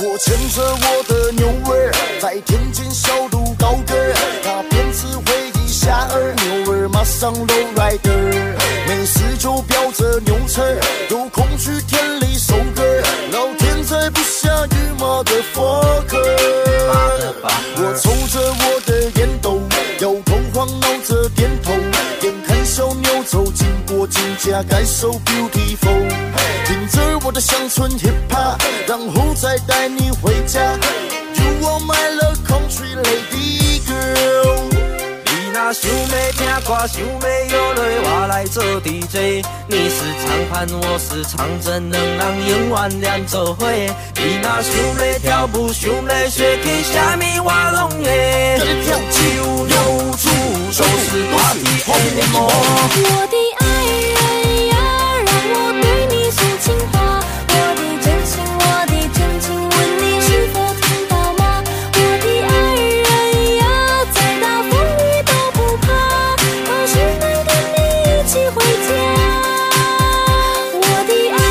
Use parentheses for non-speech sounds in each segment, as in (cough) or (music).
我牵着我的牛儿，在天津小路高歌，他编织回忆遐儿，牛儿马上 low rider，没事就飙着牛车，有空去田里收割，老天再不下雨妈的 fuck，我抽着我的烟斗，摇头晃脑着点头，眼看小牛走经过金家，感受 beautiful，听着我的乡村 hip hop，然后再带你回家。You are my love country lady girl。你若想要听歌，想要摇落，我来做 DJ。你是长盘，我是长针，两人永远连做伙。你若想要跳舞，想要学起，啥物我拢会。跟着跳酒肉煮，就是我的爱慕。我的爱人呀，让我对你说情话。我的真心，我的真情，问你是否听到吗？我的爱人呀，再大风雨都不怕，何时能跟你一起回家？我的爱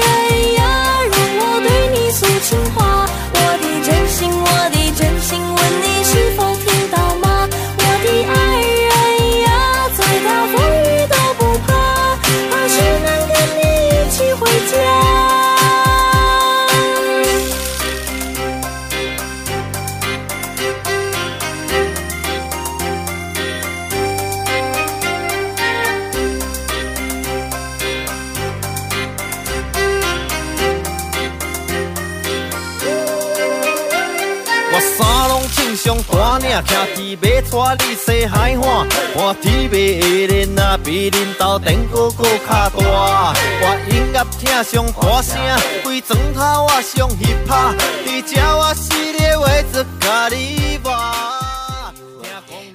人呀，让我对你诉情话。我的真心，我的真心，问你是否听到吗？我的爱人呀，再大风雨都不怕，何时能跟你一起回家？我衫拢穿上大领，徛伫马带里西海岸，我天袂下脸啊，比恁兜顶哥哥较大。我音乐听上大声，规床头我上翕拍，伫遮我死咧话子甲你骂。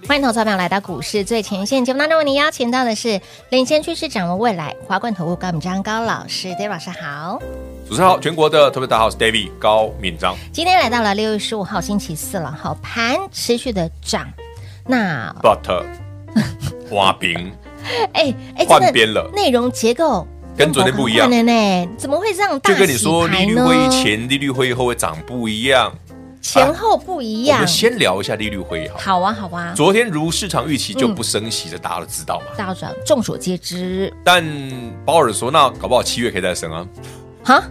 欢迎投资者朋友来到股市最前线节目当中，为您邀请到的是领先趋势、掌握未来华冠投顾高敏章高老师，David 老师好。主持人好，全国的特别大号是 David 高敏章。今天来到了六月十五号星期四了，好盘持续的涨。那 But (laughs) 花 (laughs) 瓶哎哎，换真的边了内容结构跟昨天不一样呢呢？怎么会这样大洗牌就跟呢？你说，利率会议前、啊利率会议后会长不一样。前后不一我样们。先聊一下利率会议好了。好啊，好啊，昨天如市场预期就不升息的，大家都知道嘛。大转众所皆知但鲍尔说，那搞不好七月可以再升啊。哈。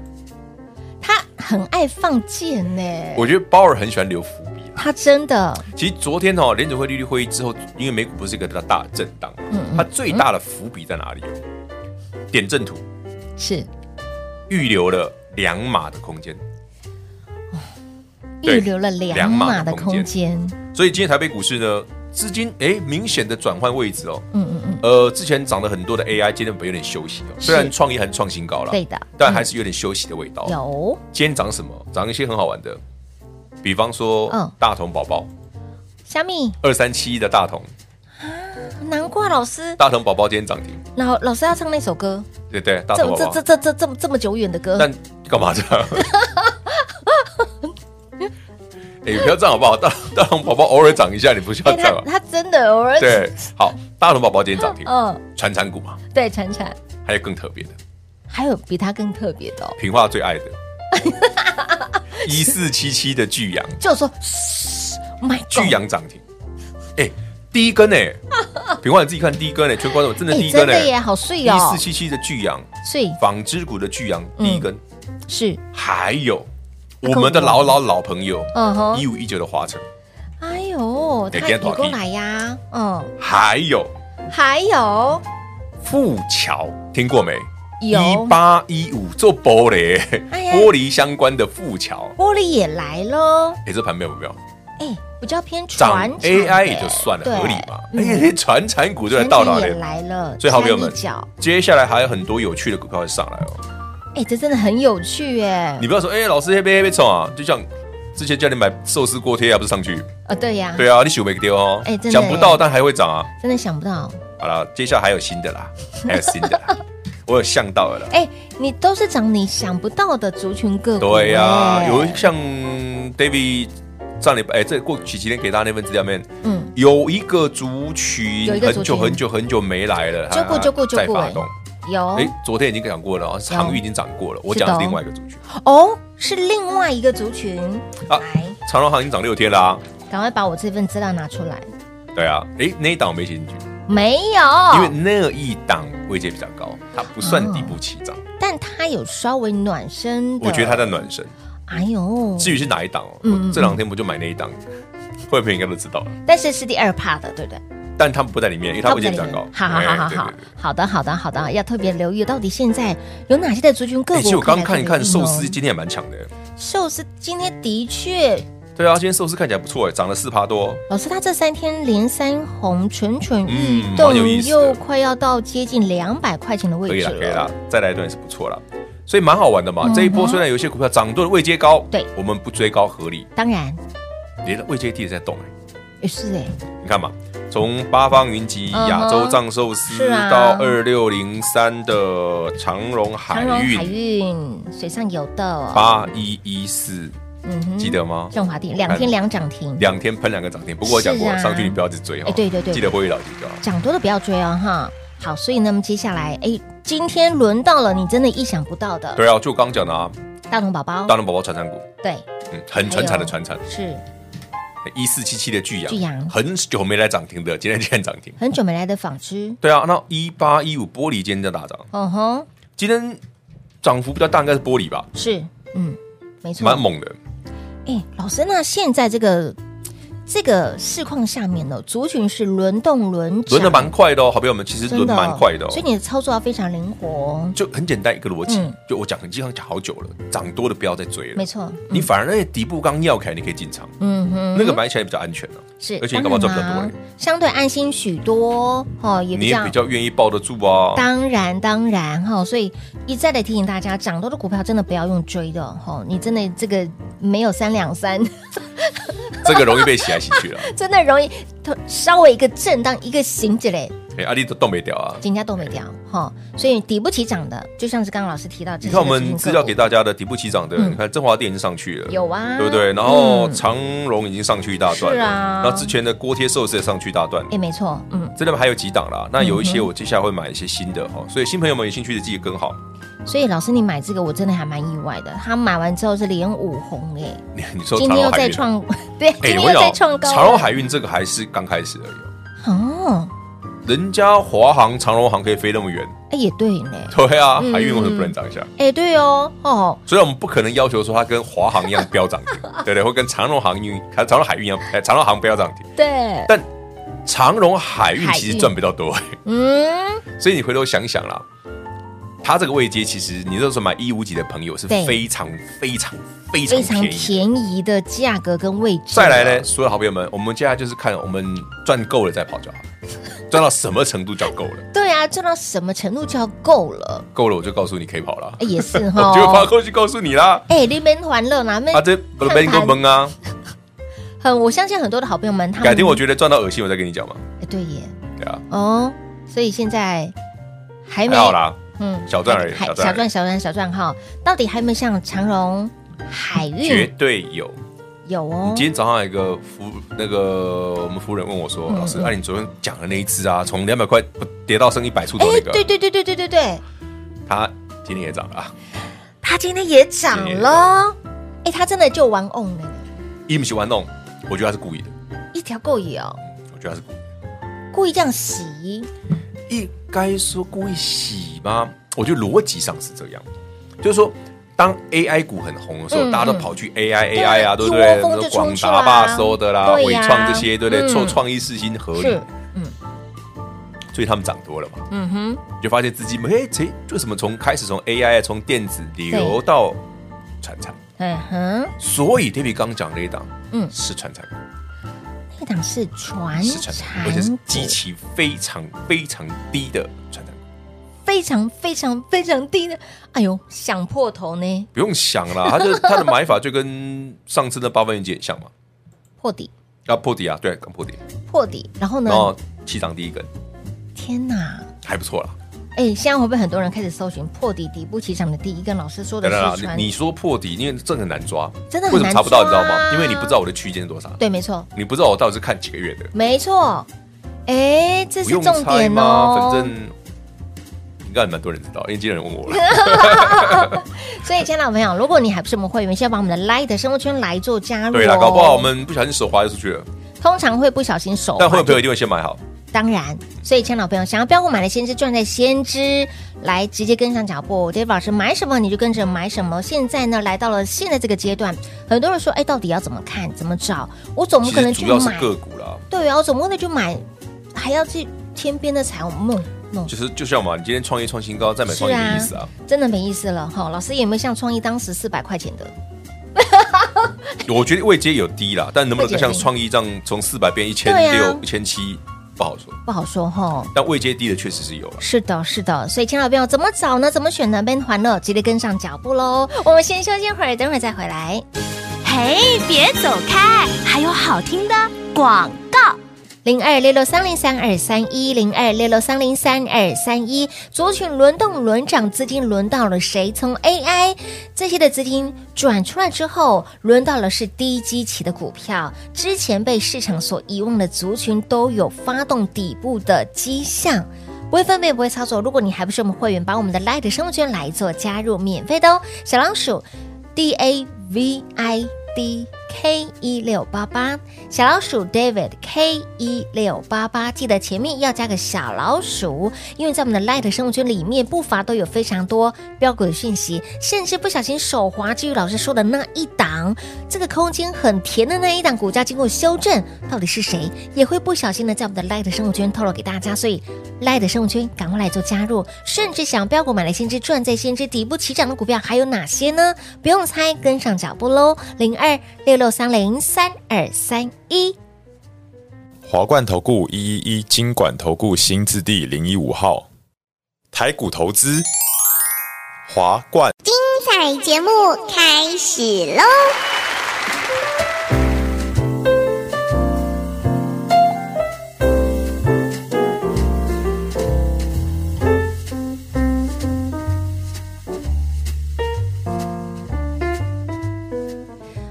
他很爱放箭呢，我觉得鲍尔很喜欢留伏笔。啊他真的其实昨天哦，联准会利率会议之后，因为美股不是一个大大震荡嗯嘛，它最大的伏笔在哪里？哦点阵图是预留了两码的空间。对预留了两两码码的的空空间。所以今天台北股市呢，资金哎明显的转换位置哦。嗯嗯嗯，呃，之前涨了很多的 AI，今天有点休息哦。是虽然创意还是创新高了，对的但还是有点休息的味道。哦有今天涨什么？涨一些很好玩的，比方说嗯大同宝宝虾米，二三七一的大同，难怪老师大同宝宝今天涨停，老老师要唱那首歌，对对，大这同宝这宝这。呃这这这么这么久远的歌，但干嘛这样？ (laughs) 哎，不要这样好不好？大大同宝宝偶尔涨一下，你不需要哎这样他啊。他真的哦偶尔对，好，大同宝宝今天涨 (laughs) 停，嗯，传产股嘛，对，铲铲，还有更特别的，还有比他更特别的哦，平话最爱的，一四七七的巨 (laughs) 阳，就是说，My 巨 God，阳涨停，哎、第一根呢、平话你自己看第一根呢、全观众真的第哎，一根真呢、的耶，好碎一哦四，七七的巨阳，碎纺织股的巨阳嗯第一根，是，还有我们的老老老朋友嗯哼，一五一九的华晨，哎呦，哎他今天也过大起来呀，嗯，还有还有富桥，听过没？有一八一五做玻璃、哎呀玻璃相关的富桥，玻璃也来了，哎、这盘妙不妙？哎，比较偏涨船 AI 也就算了，合理嘛？哎、哎，连传产股都来船到厂哪也里？来了，所以好朋友们掺一脚，接下来还有很多有趣的股票会上来哦。哎，这真的很有趣耶，你不要说，哎、老师黑被黑被冲啊，就像之前叫你买寿司锅贴啊，不是上去？哦，对呀，对啊，你想没丢哦哎真的，耶想不到，但还会涨啊。真的想不到。好了，接下来还有新的 (laughs) 啦，还有新的啦，我有想到了啦。哎，你都是涨你想不到的族群个股。对呀、哎有像 David 上礼拜哎，这过几几天给大家那份资料里面，嗯，有一个族群有一个族群很久很久很久没来了，就过它就过就在过发哎动。有哎，昨天已经讲过了，哦，航运已经涨过了，我是的讲的是另外一个族群哦，是另外一个族群。啊来，长荣航已经涨六天啦、啊赶快把我这份资料拿出来。对啊，哎，那一档我没写进去，没因为有，那一档位阶比较高，它不算底部起涨，但它有稍微暖身的。我觉得它在暖身。哎呦，至于是哪一档哦，嗯嗯我这两天不就买那一档， (laughs) 会朋友应该都知道了，但是是第二趴的，对不对？但他们不在里面，因为它位阶比较高。好好好好哎对好对对，好的好的好的，要特别留意到底现在有哪些的族群个哎股。其实我刚看一看寿司，可以来今天也蛮强特的。别注意哦，寿司今天的确，对啊，今天寿司看起来不错哎，涨了四趴多。老师他这三天连三红，蠢蠢欲嗯动蛮有意，思的又快要到接近两百块钱的可位以置了，可以了嗯了。，再来一段也是不错了，所以蛮好玩的嘛。这一波虽然有一些股票涨多了位阶高，对我们不追高合理，当然连位阶低的在动哎。也是哎，你看嘛，从八方云集、嗯哼亚洲藏寿是司啊到二六零三的长荣海长荣海运，运水上游的，八一一四，嗯哼记得吗？振华电两天两涨停，两天喷两个涨停，不过我讲过是啊上去你不要去追哎哈，对对对记得会老就好。涨多的不要追哦哈。好，所以那么接下来，哎，今天轮到了你真的意想不到的对啊，就我刚讲的啊，大同宝宝，大龙宝宝传产股，对，嗯，很传产的传产，哎是一四七七的巨阳，巨阳很久没来涨停的，今天竟然涨停。很久没来的纺织，对啊，那一八一五玻璃今天在大涨，嗯哼，今天涨幅比较大应该是玻璃吧，是，嗯，没错，蛮猛的。哎，老师，那现在这个这个市况下面呢，族群是轮动轮涨轮的蛮快的哦，好朋友们，其实真轮的蛮快的哦所。以你的操作要非常灵活哦，就很简单一个逻辑嗯，就我讲，很经常讲好久了，涨多的不要再追了没。错，你反而那些底部刚要开，你可以进场，嗯哼，那个买起来比较安全啊了，是，而且你干嘛赚当比较然多啊嘞？相对安心许多哦，也你比也较比较愿意抱得住啊。当然，当然哈、所以一再的提醒大家，涨多的股票真的不要用追的哈、你真的这个没有三两三， (laughs) 这个容易被洗来洗去啊了，真的容易头稍微一个震荡一个行之类，哎，阿力都动没掉啊。人家都没掉哈、所以底不起涨的，就像 (laughs) 是刚刚老师提到，你看我们资料给到大家的底部起涨的，嗯你看振华电已经上去了，有啊，对不对？然后嗯长荣已经上去一大段是了，啊那之前的锅贴寿司也上去一大段哎、，没错，嗯，这里面还有几档啦。那有一些我接下来会买一些新的哈，所以新朋友们有兴趣的记得跟好。 (laughs) 所以老师你买这个我真的还蛮意外的，他买完之后是连五红哎、你你说今长天又荣海再运，啊 (laughs) 哎创，对，今天我跟又再你创讲，高了，长荣海运这个还是刚开始而已哦。哦，人家华航、长荣航可以飞那么远， (laughs) 哎、也对呢，对啊，嗯海运为什么不能涨一下？哎、对哦，哦。虽然我们不可能要求说它跟华航一样飙涨 (laughs) 停，对不对？或跟长荣航运、长荣海运一样，哎，长荣航飙涨停，对，但长荣海运海运其实赚比较多，嗯，所以你回头想想啦，它这个位阶其实你那时候买一五几的朋友是对非常非常非常非常便宜。便宜的价格跟位置。再来呢，，所有好朋友们，我们接下来就是看我们赚够了再跑就好，赚到什么程度叫够了，对啊，赚到什么程度就要够了，够了我就告诉你可以跑了哎，也是 (laughs) 我就跑哈。过去告诉你啦。哎，你们欢乐哪们啊，这不被你给我蒙啊！很，我相信很多的好朋友们，他们改天我觉得赚到恶心，我再跟你讲嘛。哎对耶，对啊，哦，所以现在还没还好，啦，嗯小赚而已还小赚小而已赚小赚小赚哈，到底还有没有像长荣海绝运对有。有哦今？天早上有一个夫那个我们夫人问我说：“老师，啊，你昨天讲的那一只啊，从两百块跌到剩一百出头那对个，对对对对对对，它今天也涨了啊，它今天也涨今天也了，哎，它真的就玩 on 了，一不喜玩弄，我觉得他是故意的，一条够也哦，我觉得他是故意的。故意这样洗，应该说故意洗吗？我觉得逻辑上是这样，就是说。”当 AI 股很红的时候，嗯大家嗯都跑去 AI AI 啊，对一对不对？窝蜂什么就广冲去达啦吧、收的啦、对伟呀创这些，对不对？嗯创创意四新合理是，，嗯所以他们涨多了嘛。嗯哼。就发现资金哎，谁为什么从开始从 AI 从电子流到传产？嗯哼，所以 David 刚讲那一档，嗯嗯，是传产，那档是船是传产，而且是极其非常非常低的传产，非常非常非常低的，哎呦，想破头呢，不用想啦，他的他的买法就跟上次那八分元节很像嘛，破底啊破底啊，对，刚破底，破底，然后呢然，后起涨第一根天哪！还不错啦。哎，现在会不会很多人开始搜寻破底底部起涨的第一根？老师说的来来是来，穿，你你说破底，因为这很难抓，真的很为什么难查不到？你知道抓啊吗？因为你不知道我的区间是多少，对，没错，你不知道我到底是看几个月的，没错，哎，这不是用重猜点吗？哦。反正应该蛮多人知道，因为今天有人问我了。 (laughs) 所以，亲爱的朋友，如果你还不是我们会员，先把我们的 Light 生活圈来做加入、哦。哦对啦，搞不好我们不小心手滑出去了，通常会不小心手滑但会员朋友一定会先买好。当然，所以，亲爱的朋友，想要标股买的先知，赚在先知，来直接跟上脚步。David 老师买什么你就跟着买什么。现在呢，来到了现在这个阶段，很多人说，哎，到底要怎么看，怎么找？我总不其可实能去主要是买，个股啦，对啊，我总不能去买，还要去天边的彩虹梦弄就。是就像嘛，你今天创业创新高，再买创业的意思啊，真的没意思了哈、老师有没有像创意当时四百块钱的？我觉得位阶有低啦，但能不啊位能阶有够像低创意这样从四百变一千对啊六、一千七，不好说。不好说哈、但位阶低的确实是有啊了。是的，是的，所以亲爱的朋友，怎么找呢？怎么选呢？边环乐，直接跟上脚步喽。我们先休息一会儿，等会儿再回来。嘿，别走开，还有好听的广告。零二六六三零三二三一零二六六三零三二三一，族群轮动轮涨，资金轮到了谁？从 AI 这些的资金转出来之后，轮到了是低基期的股票，之前被市场所遗忘的族群都有发动底部的迹象。不会分辨，不会操作。如果你还不是我们会员，把我们的 Light 生物圈来做加入，免费的哦。小老鼠 D A V I D K 一六八八，小老鼠 David K 一六八八，记得前面要加个小老鼠，因为在我们的 Light 生物圈里面不乏都有非常多标股的讯息，甚至不小心手滑，至于老师说的那一档，这个空间很甜的那一档股价经过修正，到底是谁，也会不小心的在我们的 Light 生物圈透露给大家，所以 Light 生物圈赶快来做加入，甚至想标股买来先知赚在先知底部起涨的股票还有哪些呢？不用猜，跟上脚步喽，零二六六三零三二三一。华冠投顾一一一金管投顾新字第零一五号，台股投资，华冠。彩节目开始喽！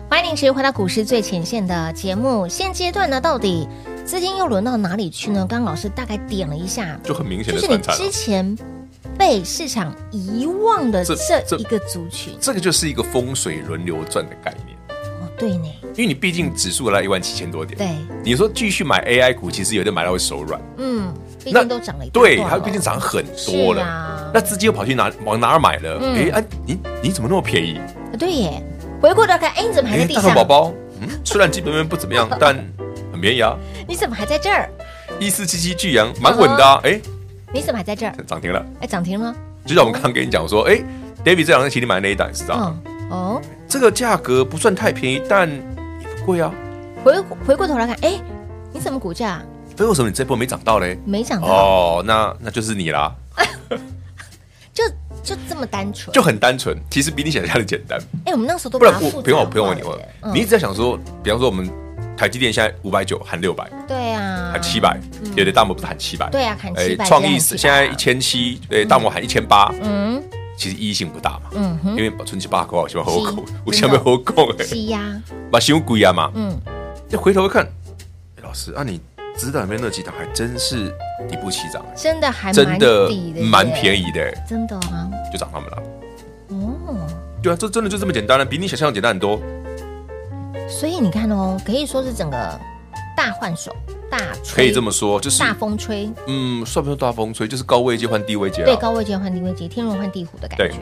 欢迎您持续回到股市最前线的节目。现阶段呢，到底资金又轮到哪里去呢？刚刚老师大概点了一下，就很明显就的啊是你穿插了之。前被市场遗忘的这这这一个族群。这个就是一个风水轮流转的概念，哦，对呢，因为你毕竟指数来一万七千多点，对，你说继续买 AI 股，其实有的买到会手软，嗯，毕那竟都涨了一大对，段它了毕竟涨很多是了，啊那资金又跑去哪往哪儿买了？嗯哎、啊，你你怎么那么便宜？啊对耶。回过头来看，哎，你怎么还在地大头上？宝宝，嗯，虽然基本面不怎 (laughs) 么样，但很便宜啊，你怎么还在这儿？一四七七巨阳蛮稳的、啊，哎、你怎么还在这儿？涨停了。哎，涨停了。就像我们刚刚跟你讲说，哎、d a v i d 这两天请你买的那一档是涨、嗯，哦，这个价格不算太便宜，但也不贵啊。回回过头来看，哎，你怎么股价所以为什么你这波没涨到嘞？没涨到？哦，那那就是你啦，就就这么单纯。就很单纯，其实比你想象的简单。哎，我们那时候都不把然它我复不用杂我不用化嗯问你了问耶，你一直在想说，比方说我们台积电现在五百九喊六百，对啊，喊七百，有的大摩不是喊七百，哎对啊喊700创意直接喊700是现在一千七，对，大摩喊一千八，嗯其实意义性不大嘛，嗯哼因，为把春节八块，我喜欢喝口是，我想要喝口，哎，是呀，把信用贵啊嘛，嗯，再回头一看，哎老师啊，你指导里面那几档还真是底部起涨，哎真的还真的蛮宜，便宜的，哎真的啊，就涨他们了。哦，对啊，这真的就这么简单了，比你想象的简单很多。所以你看哦，可以说是整个大换手，大吹可以这么说，就是大风吹，嗯，算不算大风吹？就是高位接换低位接啊对，啦。高位阶换低位阶，天龙换地虎的感对觉，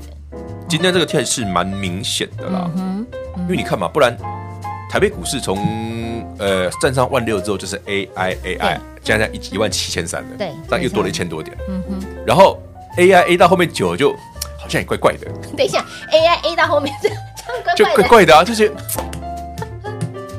今天这个态势蛮明显的啦嗯，哼，因为你看嘛，不然台北股市从呃站上万六之后，就是 AI AI，现在在一一万七千三了，对这样又多了没一错千多点。嗯哼，然后 AI A 到后面九就好像也怪怪的，等一下，AI A 到后面这这样就怪怪怪 (laughs) 的，怪的啊，就是。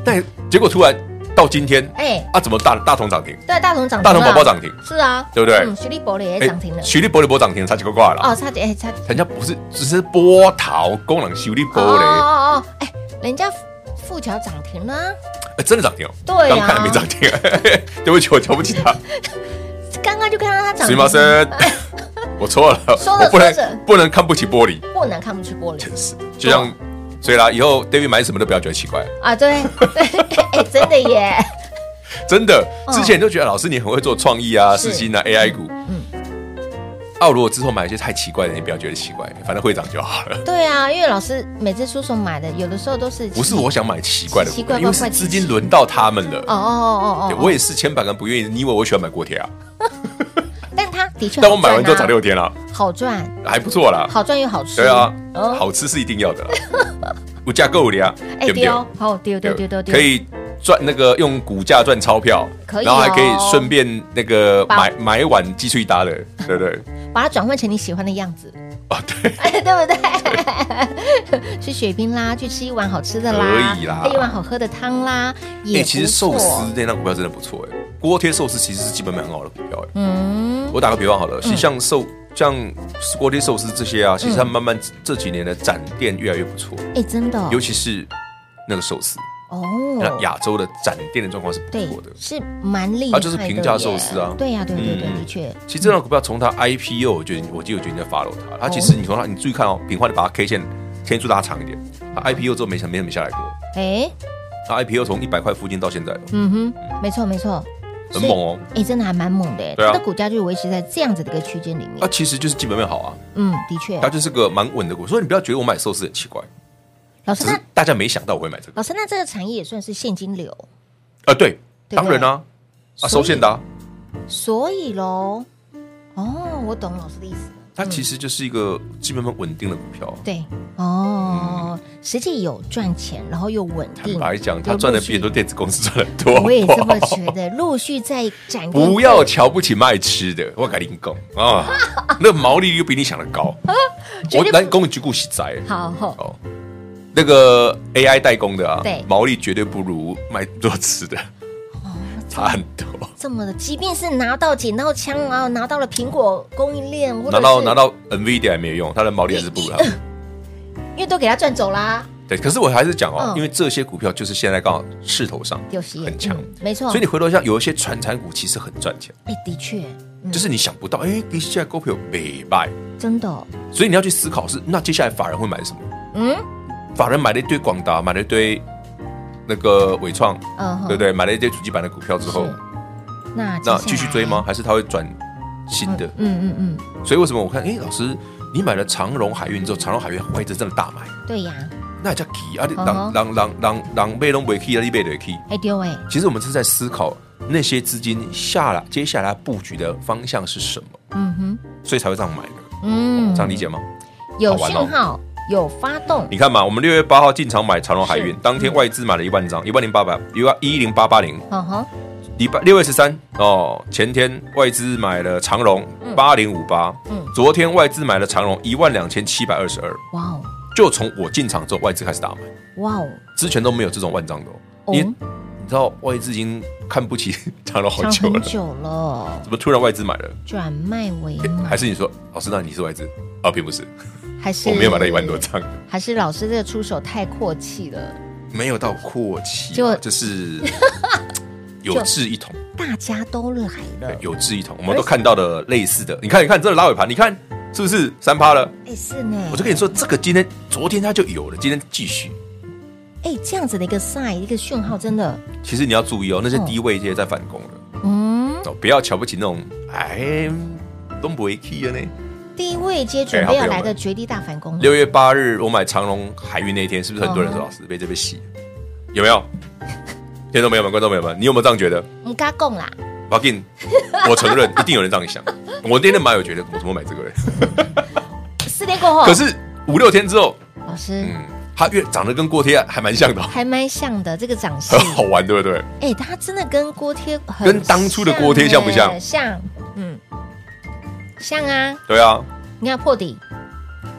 但结果突然到今天，哎啊，怎么大大同涨停？对，大同涨停了，大同宝宝涨停是啊，对不对嗯，徐立博的也涨停了，哎许立波的波涨停，差几个挂了。哦，差点，哎，差点，人家不是只是波涛，工人修理波哦哦嘞，哦，哦哎，人家富桥涨停了，哎真的涨停哦。对啊刚看没涨停， (laughs) 对不起，我瞧不起他。刚刚就看到它涨石停，(laughs) 马生，我错了，说着我不说着能不能看不起玻璃，不能看不出玻璃真是。就像，所以啦，以后 David 买什么都不要觉得奇怪，啊，对对，哎，真的耶，真的。嗯之前都觉得老师你很会做创意啊、是四新啊、AI 股，嗯。啊，如果之后买一些太奇怪的，你不要觉得奇怪，反正会涨就好了。对啊，因为老师每次出手买的，有的时候都是不是我想买奇怪的奇股怪票，怪因为是怪资金轮到他们哦了。哦哦哦对哦，我也是千百个人不愿意，你以为我喜欢买国铁啊？但它的确好赚啊，但我买完之后涨六天了，好赚，还不错啦。好赚又好吃，对啊，哦好吃是一定要的啦， (laughs) 有价购的啊，哎对不对？丢，好丢丢丢丢丢，可以赚那个用股价赚钞票，可以然后还哦可以顺便那个把买买碗鸡脆搭的，对不对？把它转换成你喜欢的样子， (laughs) 哦，对，对不对？ (laughs) 去雪冰啦，去吃一碗好吃的啦，可以啦喝一碗好喝的汤啦，也、哎，其实寿司，那张股票真的不错哎，锅贴寿司其实是基本面很好的股票哎。嗯，我打个比方好了，其实像寿像锅贴寿司这些啊，其实它慢慢这几年的展店越来越不错，哎、真的哦、尤其是那个寿司，那哦，亚洲的展店的状况是不对错的，。啊是蛮厉害的耶，它就是平价寿司啊对呀、对对对，嗯的确，其实这张股票从它 IPO，我觉得我就有觉得你在 follow 它。它其实你从它，你注意看哦，平花你把它 K 线天数拉长一点，嗯它 IPO 之后没什么没怎么下来过。哎、它 IPO 从一百块附近到现在，嗯哼，没错没错，很猛哦。哎、真的还蛮猛的耶，对啊它的股价就维持在这样子的一个区间里面，它其实就是基本面好啊，嗯，的确它，就是个蛮稳的股。所以你不要觉得我买寿司很奇怪，老师只那啊是大家没想到我会买这个。老师那这个产业也算是现金流，啊，对，对当然啦，啊，所以收线的啊，所以喽，哦，我懂老师的意思了。它其嗯实就是一个基本面稳定的股票啊。对，哦，实际有赚钱，然后又稳坦定。白讲，它有赚的陆续比很多电子公司赚的多。 (laughs) 我也这么觉 (laughs) 得，陆续在展店不要瞧不起卖吃的，我跟你讲 (laughs) 啊，那毛利率比你想的高。绝我对不来供你举股洗宅好好哦，那个 AI 代工的啊，对哦毛利绝对不如卖做吃的，差很多。这么的，即便是拿到剪刀枪，然后拿到了苹果供应链，或者拿到是拿，到 NVIDIA 也没有用，它的毛利还是不如他们。因为都给他赚走啦，对，可是我还是讲哦嗯，因为这些股票就是现在刚好势头上就是很强，嗯没错。所以你回头像有一些传产股其实很赚钱，哎，的确，嗯就是你想不到，哎，你现在股票没卖，真的，哦所以你要去思考是那接下来法人会买什么。嗯法人买了一堆广达，买了一堆那个伟创，嗯，对不对？买了一堆主机板的股票之后，是那那接下来继续追吗？？还是他会转新的？嗯嗯嗯，所以为什么我看，哎，老师，你买了长荣海运之后，长荣海运外资真的大买，对呀，那也叫 key 啊！你嗯让哼让让让让被龙不 key 啊，你被的 key。哎丢哎，其实我们是在思考那些资金下来接下来布局的方向是什么，嗯哼，所以才会这样买的，嗯，这样理解吗？有好玩讯哦号，有发动，你看嘛，我们六月八号进场买长荣海运是，当天外资买了一万张，一万零八百，一万一零八八零。嗯哼，礼拜六月十三哦，前天外资买了长荣八零五八，嗯昨天外资买了长荣一万两千七百二十二，哇哦就从我进场之后，外资开始大买，哇哦，之前都没有这种万张的、哦，哦你你知道外资已经看 (laughs) 不起长荣好想久很了，久了。怎么突然外资买了？转卖为买，还是你说老师，那你是外资？啊，并不是，还是我没有买到一万多，张， (laughs) 还是老师这个出手太阔气了，没有到阔气啊，就就是 (laughs) 有志一同，大家都来对了，有志一同，我们都看到了类似的，你看，你看，这拉尾盘，你看是不是三趴了？哎是呢我，就跟你说，这个今天、昨天它就有了，今天继续。哎这样子的一个 sign 一个讯号，真的，其实你要注意哦，那些低位这些在反攻了嗯，哦，不要瞧不起那种哎都不会 key 了呢。第一位接准备要来的绝地大反攻，六月八日我买长隆海运那一天，是不是很多人说老师被这边洗？有没有？听众朋友们、观众朋友们，你有没有这样觉得我们嘎供啦， b u g i n 我承认一定有人这样想。我那天买，我觉得我怎么买这个人？四天过后，可是五六天之后，老师嗯，它越长得跟锅贴还蛮像的哦，还蛮像的这个长势 (laughs) 很，好玩，对不对？哎它真的跟锅贴很跟当初的锅贴像不像哎像，嗯，像啊，对啊，你看破底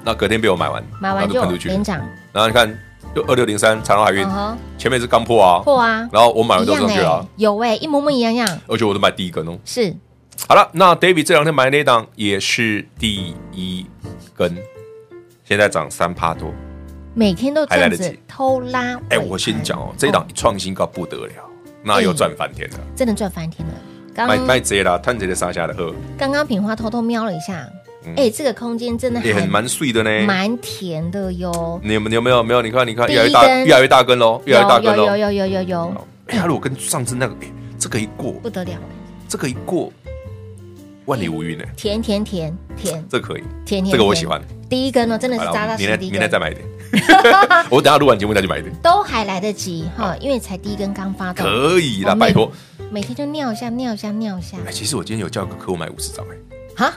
那隔天被我买完，买完然后就喷出去了连涨，然后你看就二六零三长荣海运嗯哼，前面是刚破啊，破啊然后我买完一都样上去哎了，，有哎，一模模一样样，而且我都买第一根哦。是好了，那 David 这两天买的那档也是第一根，现在涨三趴多。每天都这样还来得子及偷拉尾哎、盘。我先讲哦，这一档一创新高不得了，那又赚翻天了。真的赚翻天了。刚卖卖贼啦，探贼的杀下的二，刚刚品花偷偷瞄了一下，哎，这个空间真的也还很蛮碎 (laughs) 的呢。蛮甜的哟。你有没有你有没有没有？你看你看，第一越来越大，根越来越大根喽，越来越大根有喽。有有有有有好，哎、它如果跟上次那个，哎、这个一过，不得了，这个一过，万里无云呢、甜甜甜甜这可以。甜甜，这个我喜欢。第一根哦，真的是好扎扎了，实明实天第一明天再根，买一点。我等下录完节目再去买一点，都还来得及哈，因为才第一根刚发动，可以啦，哦拜托。，每每天就尿一下尿一下尿一下哎，其实我今天有叫个客户买五十张，哎，哈，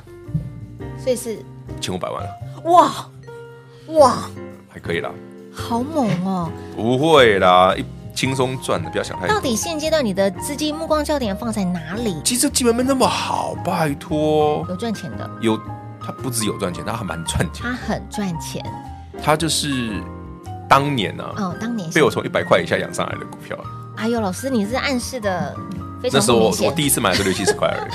所以是千五百万了，哇哇，还可以啦，好猛哦！不会啦，一轻松赚的，不要想太到多。底现阶段你的资金目光焦点放在哪里？其实基本面那么好，拜托，有赚钱的，有他不只有赚钱，他还蛮赚钱。他很赚钱他就是当年啊，哦。当年是被我从一百块以下养上来的股票，啊哎呦，老师，你是暗示的非那常时候不我明我显，第一次买的是六七十块而已，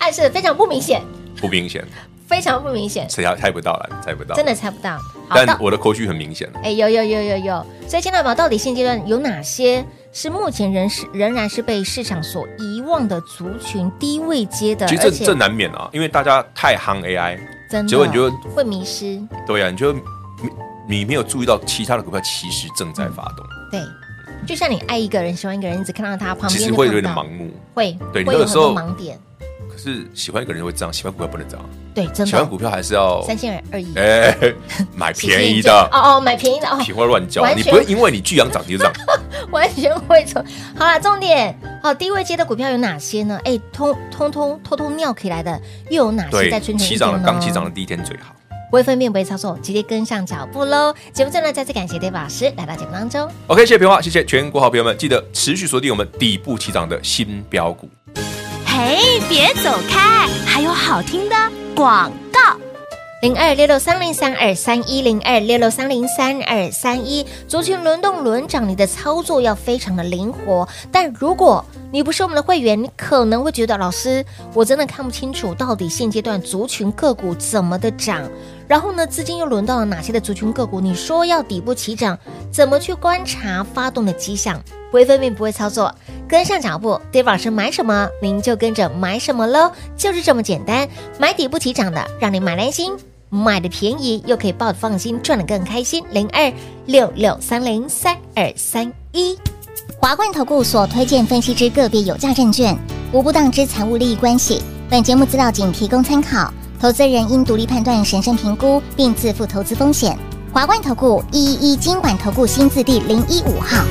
暗示的非常不明显，不明显，非常不明显，谁还猜不到了，猜不到，真的。猜不到。好但的，我的口讯很明显，哎，有有有有有，所以千大宝到底现阶段有哪些是目前仍是仍然是被市场所遗忘的族群低位接的，其实而这且这难免啊，因为大家太夯 AI，真的结果你就会迷失，对啊呀、你就你你没有注意到其他的股票其实正在发动，对，就像你爱一个人、喜欢一个人，一直嗯看到他旁边，其实会有点盲，目。会对你会有那个很时候多盲点，可是喜欢一个人会这样，喜欢股票不能这样，对，真的喜欢股票还是要三心二意，哎、买 (laughs) 喜新便宜厌旧的，哦哦，买便宜的哦，品会乱叫，完你全不会因为你巨阳涨 (laughs) 停就涨，完全会错。好了，重点好，低位接的股票有哪些呢？哎，通通通偷偷尿起来的又有哪些对在蠢，蠢起欲涨动了，呢？刚起涨的第一天最好。不会分辨，不会操作，直接跟上脚步喽。节目最后呢，再次感谢 David 老师来到节目当中。 OK，谢谢平花，谢谢全国好朋友们，记得持续锁定我们底部起涨的新标股。嘿，别走开，还有好听的广告。零二六六三零三二三一零二六六三零三二三一，族群轮动轮涨，你的操作要非常的灵活。但如果你不是我们的会员，你可能会觉得老师，我真的看不清楚到底现阶段族群个股怎么的涨，然后呢，资金又轮到了哪些的族群个股？你说要底部起涨，怎么去观察发动的迹象？不会分辨，不会操作，跟上脚步。Dave 老师买什么，您就跟着买什么喽，就是这么简单。买底部起涨的，让你买得安心，买的便宜又可以抱得放心，赚得更开心。零二六六三零三二三一。华冠投顾所推荐分析之个别有价证券，无不当之财务利益关系。本节目资料仅提供参考，投资人应独立判断、审慎评估，并自负投资风险。华冠投顾一一一金管投顾新字第零一五号。